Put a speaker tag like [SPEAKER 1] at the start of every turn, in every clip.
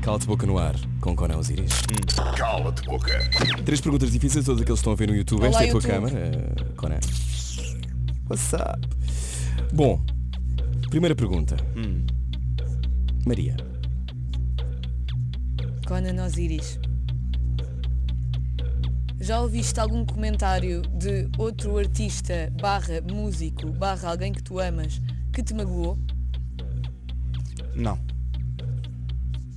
[SPEAKER 1] Cala-te boca no ar com Conan Osiris.
[SPEAKER 2] Cala-te boca.
[SPEAKER 1] Três perguntas difíceis, todos aqueles que estão a ver no YouTube.
[SPEAKER 3] Olá,
[SPEAKER 1] Esta é a tua
[SPEAKER 3] YouTube.
[SPEAKER 1] câmara, eh, Conan. What's up? Bom, primeira pergunta.
[SPEAKER 2] Hum.
[SPEAKER 1] Maria,
[SPEAKER 3] Conan Osiris. Já ouviste algum comentário de outro artista barra músico barra alguém que tu amas que te magoou?
[SPEAKER 4] Não.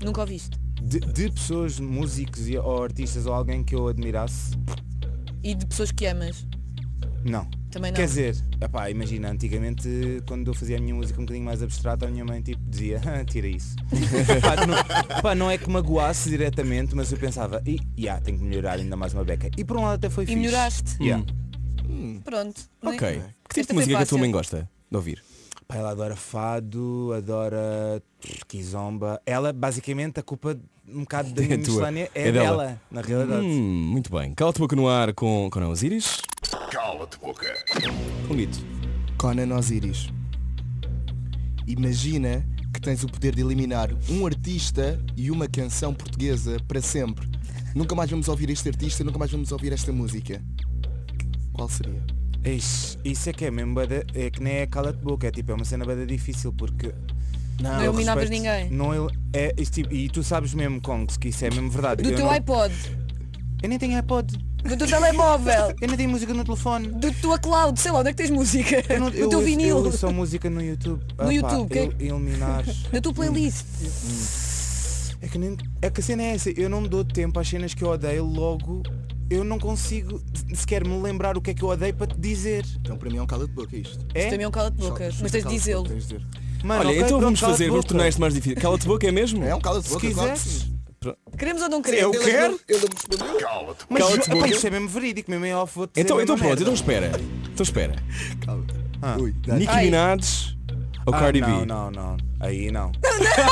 [SPEAKER 3] Nunca ouviste.
[SPEAKER 4] De, de pessoas, músicos e- ou artistas ou alguém que eu admirasse,
[SPEAKER 3] E de pessoas que amas?
[SPEAKER 4] não.
[SPEAKER 3] Também não.
[SPEAKER 4] Quer dizer, epá, imagina, antigamente quando eu fazia a minha música um bocadinho mais abstrata, a minha mãe tipo dizia, "Ah, tira isso. Epá, não, epá, não é que magoasse diretamente, mas eu pensava, e yeah, tenho que melhorar ainda mais uma beca. E por um lado até foi
[SPEAKER 3] E
[SPEAKER 4] fixe.
[SPEAKER 3] melhoraste.
[SPEAKER 1] Hum.
[SPEAKER 4] Yeah.
[SPEAKER 3] Pronto.
[SPEAKER 1] ok.
[SPEAKER 3] Né?
[SPEAKER 1] Que tipo
[SPEAKER 3] Esta
[SPEAKER 1] de
[SPEAKER 3] foi
[SPEAKER 1] música que a tua
[SPEAKER 3] fácil.
[SPEAKER 1] mãe gosta de ouvir?
[SPEAKER 4] Pá, ela adora fado, adora pff, kizomba. Ela, basicamente, a culpa um bocado da
[SPEAKER 1] É
[SPEAKER 4] minha
[SPEAKER 1] tua.
[SPEAKER 4] miscelânea é,
[SPEAKER 1] É dela.
[SPEAKER 4] dela. na realidade.
[SPEAKER 1] Hum, muito bem. Cala-te boca no ar com Conan Osiris.
[SPEAKER 2] Cala-te boca.
[SPEAKER 1] Bonito.
[SPEAKER 5] Conan Osiris. Imagina que tens o poder de eliminar um artista e uma canção portuguesa para sempre. Nunca mais vamos ouvir este artista, nunca mais vamos ouvir esta música. Qual seria?
[SPEAKER 4] Ixi, isso é que é mesmo, bada- é que nem é cala-te boca, é tipo, é uma cena bada difícil porque...
[SPEAKER 3] Não
[SPEAKER 4] eu
[SPEAKER 3] eliminavas
[SPEAKER 4] respeito-
[SPEAKER 3] ninguém.
[SPEAKER 4] Não, el- é, isto, tipo, e tu sabes mesmo, Kongs, que isso é mesmo verdade.
[SPEAKER 3] Do
[SPEAKER 4] eu,
[SPEAKER 3] teu
[SPEAKER 4] não-
[SPEAKER 3] iPod,
[SPEAKER 4] eu nem tenho iPod,
[SPEAKER 3] do teu telemóvel,
[SPEAKER 4] eu nem tenho música no telefone.
[SPEAKER 3] do tua cloud, sei lá, onde é que tens música?
[SPEAKER 4] Eu não,
[SPEAKER 3] do
[SPEAKER 4] eu
[SPEAKER 3] teu
[SPEAKER 4] ouço-
[SPEAKER 3] vinil,
[SPEAKER 4] Eu ouço só música no YouTube.
[SPEAKER 3] No YouTube, que-
[SPEAKER 4] el- Eliminar...
[SPEAKER 3] na tua playlist.
[SPEAKER 4] É que, nem, é que a cena é essa, eu não me dou tempo às cenas que eu odeio, logo eu não consigo se- sequer me lembrar o que é que eu odeio para te dizer.
[SPEAKER 5] Então para mim é um cala de boca isto.
[SPEAKER 4] É?
[SPEAKER 3] Isso também é um cala-te-boca,
[SPEAKER 5] Só-
[SPEAKER 3] mas tens de
[SPEAKER 5] cala-te-boca,
[SPEAKER 3] dizê-lo.
[SPEAKER 5] tens de dizer.
[SPEAKER 4] Mano,
[SPEAKER 1] Olha,
[SPEAKER 4] Ah, ok,
[SPEAKER 1] então
[SPEAKER 4] pronto,
[SPEAKER 1] vamos
[SPEAKER 4] cala-te
[SPEAKER 1] fazer, vamos
[SPEAKER 4] boca.
[SPEAKER 1] tornar isto mais difícil. Cala-te boca é mesmo?
[SPEAKER 5] É um cala de
[SPEAKER 4] Se
[SPEAKER 5] boca, claro que
[SPEAKER 4] quiseres.
[SPEAKER 5] sim.
[SPEAKER 3] Queremos ou não queremos?
[SPEAKER 1] Ele quer?
[SPEAKER 5] Ele me respondeu.
[SPEAKER 2] Cala-te
[SPEAKER 4] Mas
[SPEAKER 1] Cala-te
[SPEAKER 4] epá,
[SPEAKER 1] boca.
[SPEAKER 4] isso é mesmo verídico, mesmo em off vou dizer
[SPEAKER 1] Então,
[SPEAKER 4] a
[SPEAKER 1] então
[SPEAKER 4] mesma
[SPEAKER 1] pronto,
[SPEAKER 4] merda.
[SPEAKER 1] então espera. Então espera.
[SPEAKER 5] Calma.
[SPEAKER 4] Ah.
[SPEAKER 5] Ui, dá-
[SPEAKER 1] Nicki
[SPEAKER 3] Ai.
[SPEAKER 1] Minaj ou
[SPEAKER 4] Ah,
[SPEAKER 1] Cardi B?
[SPEAKER 4] não, não, não. Aí não.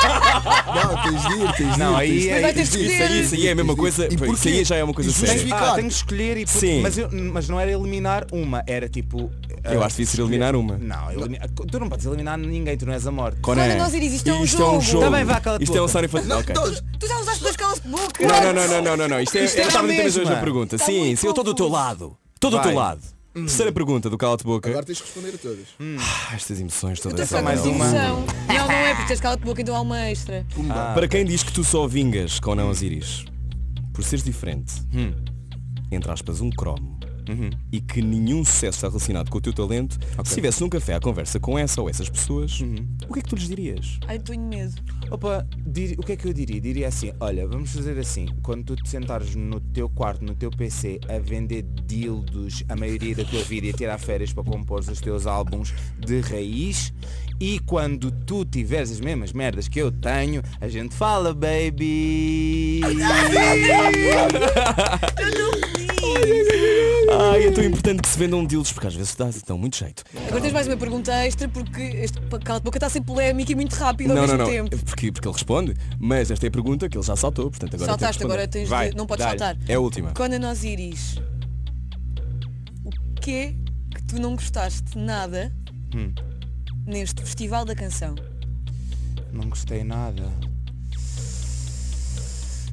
[SPEAKER 5] Não, tens de ir, tens de ir.
[SPEAKER 4] Não, aí
[SPEAKER 5] tens de ir.
[SPEAKER 4] é-
[SPEAKER 3] Vai ter de
[SPEAKER 5] Tens de ir.
[SPEAKER 1] Isso aí, isso aí é a mesma coisa.
[SPEAKER 5] E
[SPEAKER 1] Isso
[SPEAKER 5] porquê?
[SPEAKER 1] aí já é uma coisa
[SPEAKER 5] E
[SPEAKER 1] séria.
[SPEAKER 5] justifica-
[SPEAKER 4] Ah,
[SPEAKER 5] Claro.
[SPEAKER 4] tenho que escolher e por-
[SPEAKER 1] Sim.
[SPEAKER 4] mas, eu- mas não era eliminar uma, era tipo.
[SPEAKER 1] Eu
[SPEAKER 4] ah,
[SPEAKER 1] acho difícil eliminar uma.
[SPEAKER 4] Não, elimi- tu não podes eliminar ninguém, tu não és a morte.
[SPEAKER 1] Conan,
[SPEAKER 3] Conan Osiris, isto é um
[SPEAKER 1] é um
[SPEAKER 3] jogo.
[SPEAKER 1] jogo.
[SPEAKER 4] Também vá, cala-te
[SPEAKER 1] Isto é um
[SPEAKER 4] boca.
[SPEAKER 1] Sony Fantasma. Ok.
[SPEAKER 5] Todos.
[SPEAKER 3] Tu já usaste dois calas-de-boca?
[SPEAKER 1] Não, não, não, não, não, não, não. Isto é,
[SPEAKER 4] Isto é
[SPEAKER 1] eu estava
[SPEAKER 4] a
[SPEAKER 1] a tentar
[SPEAKER 4] mesma.
[SPEAKER 1] a pergunta.
[SPEAKER 3] Está
[SPEAKER 1] sim,
[SPEAKER 3] muito
[SPEAKER 1] sim, eu estou do teu
[SPEAKER 3] confuso.
[SPEAKER 1] lado. Estou do
[SPEAKER 4] Vai.
[SPEAKER 1] teu lado. Terceira pergunta do Cala-te Boca.
[SPEAKER 5] Agora tens de responder a todas.
[SPEAKER 1] Ah, estas emoções todas.
[SPEAKER 3] Estou só
[SPEAKER 1] são
[SPEAKER 3] com
[SPEAKER 4] mais
[SPEAKER 1] elas.
[SPEAKER 4] uma.
[SPEAKER 3] emoção. Não, não é porque tens cala-te-boca, então há uma extra.
[SPEAKER 5] Pumba.
[SPEAKER 1] Para quem diz que tu só vingas com não Osiris, por seres diferente, entre aspas, um cromo, e que nenhum sucesso está relacionado com o teu talento, se estivesse num café à conversa com essa ou essas pessoas, o que é que tu lhes dirias?
[SPEAKER 3] Ai, tenho medo.
[SPEAKER 4] Opa, diri- o que é que eu diria? Diria assim, olha, vamos fazer assim, quando tu te sentares no teu quarto, no teu PC, a vender dildos a maioria da tua vida e a tirar férias para compor os teus álbuns de raiz e quando tu tiveres as mesmas merdas que eu tenho, a gente fala, baby!
[SPEAKER 1] Ai, é tão importante que se vendam dildos, porque às vezes dá então muito jeito.
[SPEAKER 3] Agora tens mais uma pergunta extra porque este cala-te-boca está a ser polémico e muito rápido ao
[SPEAKER 1] Não, não,
[SPEAKER 3] mesmo
[SPEAKER 1] não,
[SPEAKER 3] tempo.
[SPEAKER 1] porque, porque ele responde, mas esta é a pergunta que ele já saltou, portanto agora tem que
[SPEAKER 3] Saltaste, agora
[SPEAKER 1] responder.
[SPEAKER 3] tens
[SPEAKER 4] Vai,
[SPEAKER 3] de... Não podes
[SPEAKER 4] dá-lhe.
[SPEAKER 3] saltar.
[SPEAKER 1] É a última.
[SPEAKER 3] Conan Osiris. O que é que tu não gostaste nada
[SPEAKER 1] Hum.
[SPEAKER 3] neste Festival da Canção?
[SPEAKER 4] Não gostei nada.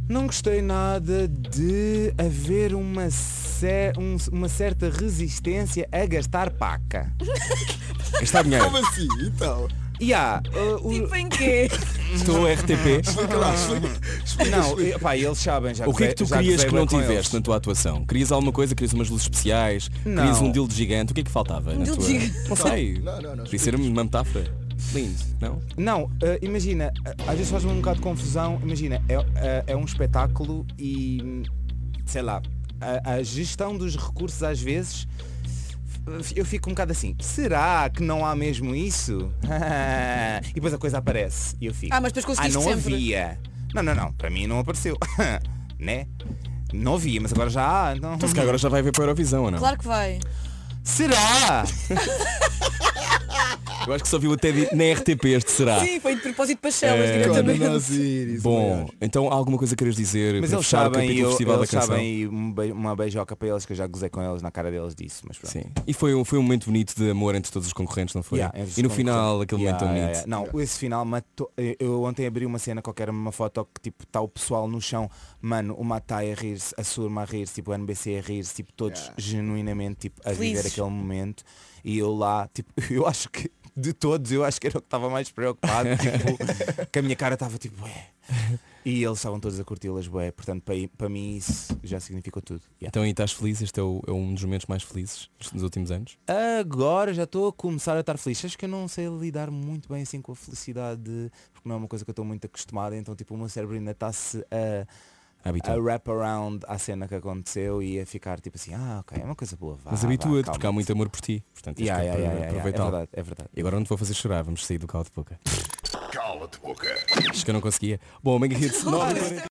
[SPEAKER 4] Não gostei nada de haver uma, cer- um- uma certa resistência a gastar paca.
[SPEAKER 1] Gastar dinheiro.
[SPEAKER 5] Como assim? Então.
[SPEAKER 4] E há, uh, o-
[SPEAKER 3] Tipo em quê?
[SPEAKER 1] Estou a RTP.
[SPEAKER 5] Explica lá, explica. explica,
[SPEAKER 4] Não,
[SPEAKER 5] explica.
[SPEAKER 4] eh, pá, eles sabem já
[SPEAKER 1] O que é que tu
[SPEAKER 4] já
[SPEAKER 1] querias
[SPEAKER 4] gozei
[SPEAKER 1] que
[SPEAKER 4] bué
[SPEAKER 1] não
[SPEAKER 4] com eles.
[SPEAKER 1] tiveste na tua atuação? Querias alguma coisa? Querias umas luzes especiais? Querias
[SPEAKER 4] Não.
[SPEAKER 1] um dildo gigante? O que é que faltava na
[SPEAKER 3] Um dildo
[SPEAKER 1] tua...
[SPEAKER 3] gigante.
[SPEAKER 1] Não sei.
[SPEAKER 5] Não, não, não,
[SPEAKER 1] Podia ser uma metáfora. Lindo, Então, não?
[SPEAKER 4] Não, eh, imagina, eh, às vezes faz-me um bocado de confusão. Imagina, é, eh, é um espetáculo e sei lá, a, a gestão dos recursos às vezes f- eu fico um bocado assim, será que não há mesmo isso? e depois a coisa aparece e eu fico.
[SPEAKER 3] Ah, mas depois
[SPEAKER 4] Ah,
[SPEAKER 3] conseguiste
[SPEAKER 4] não
[SPEAKER 3] sempre."
[SPEAKER 4] havia. Não, não, não, para mim não apareceu. né? Não havia, mas agora já há. Então...
[SPEAKER 1] Então se calhar agora já vai ver para a Eurovisão, ou não?
[SPEAKER 3] Claro que vai.
[SPEAKER 4] Será?
[SPEAKER 1] Eu acho que só viu até di- na RTP este será.
[SPEAKER 3] Sim, foi de propósito para
[SPEAKER 1] É.
[SPEAKER 3] chelas, diretamente.
[SPEAKER 5] Conan Osiris.
[SPEAKER 1] Bom, então há alguma coisa que queres dizer
[SPEAKER 4] Mas
[SPEAKER 1] para
[SPEAKER 4] eles
[SPEAKER 1] fechar o
[SPEAKER 4] sabem, e
[SPEAKER 1] capítulo
[SPEAKER 4] eu,
[SPEAKER 1] Festival da
[SPEAKER 4] eles
[SPEAKER 1] Canção?
[SPEAKER 4] sabem e um be- uma beijoca para eles que eu já gozei com eles na cara deles disso, mas pronto.
[SPEAKER 1] Sim. E foi, um- foi um momento bonito de amor entre todos os concorrentes, não foi?
[SPEAKER 4] Yeah, é
[SPEAKER 1] e no
[SPEAKER 4] com-
[SPEAKER 1] final, aquele momento
[SPEAKER 4] Yeah,
[SPEAKER 1] tão
[SPEAKER 4] yeah,
[SPEAKER 1] bonito.
[SPEAKER 4] yeah. Não, esse final matou. eu- Eu ontem abri uma cena qualquer, uma foto que tipo está o pessoal no chão, mano, o Matai a rir-se, a Surma a rir-se, tipo o NBC a rir-se, tipo todos genuinamente tipo, a viver
[SPEAKER 3] Felizes.
[SPEAKER 4] aquele momento. E eu lá, tipo, eu acho que de todos, eu acho que era o que estava mais preocupado, tipo, que a minha cara estava tipo, ué. E eles estavam todos a curti-las, bué. Portanto, para, para mim isso já significou tudo. Yeah.
[SPEAKER 1] Então aí estás feliz? Este é, o- é um dos momentos mais felizes dos últimos anos.
[SPEAKER 4] Agora já estou a começar a estar feliz. Acho que eu não sei lidar muito bem assim com a felicidade, porque não é uma coisa que eu estou muito acostumada, então tipo o meu cérebro ainda está-se a, a
[SPEAKER 1] Habitual.
[SPEAKER 4] wrap around à cena que aconteceu e a ficar tipo assim, ah ok, é uma coisa boa, vá.
[SPEAKER 1] Mas
[SPEAKER 4] vá,
[SPEAKER 1] habitua-te,
[SPEAKER 4] calma.
[SPEAKER 1] porque há muito amor por ti. Portanto,
[SPEAKER 4] Yeah,
[SPEAKER 1] este é
[SPEAKER 4] yeah,
[SPEAKER 1] para
[SPEAKER 4] yeah, yeah, yeah,
[SPEAKER 1] aproveitar.
[SPEAKER 4] É verdade, é verdade.
[SPEAKER 1] E agora não te vou fazer chorar, vamos sair do calo de boca.
[SPEAKER 2] Cala-te boca.
[SPEAKER 1] Acho que eu não conseguia. Bom, Mega Hits 9.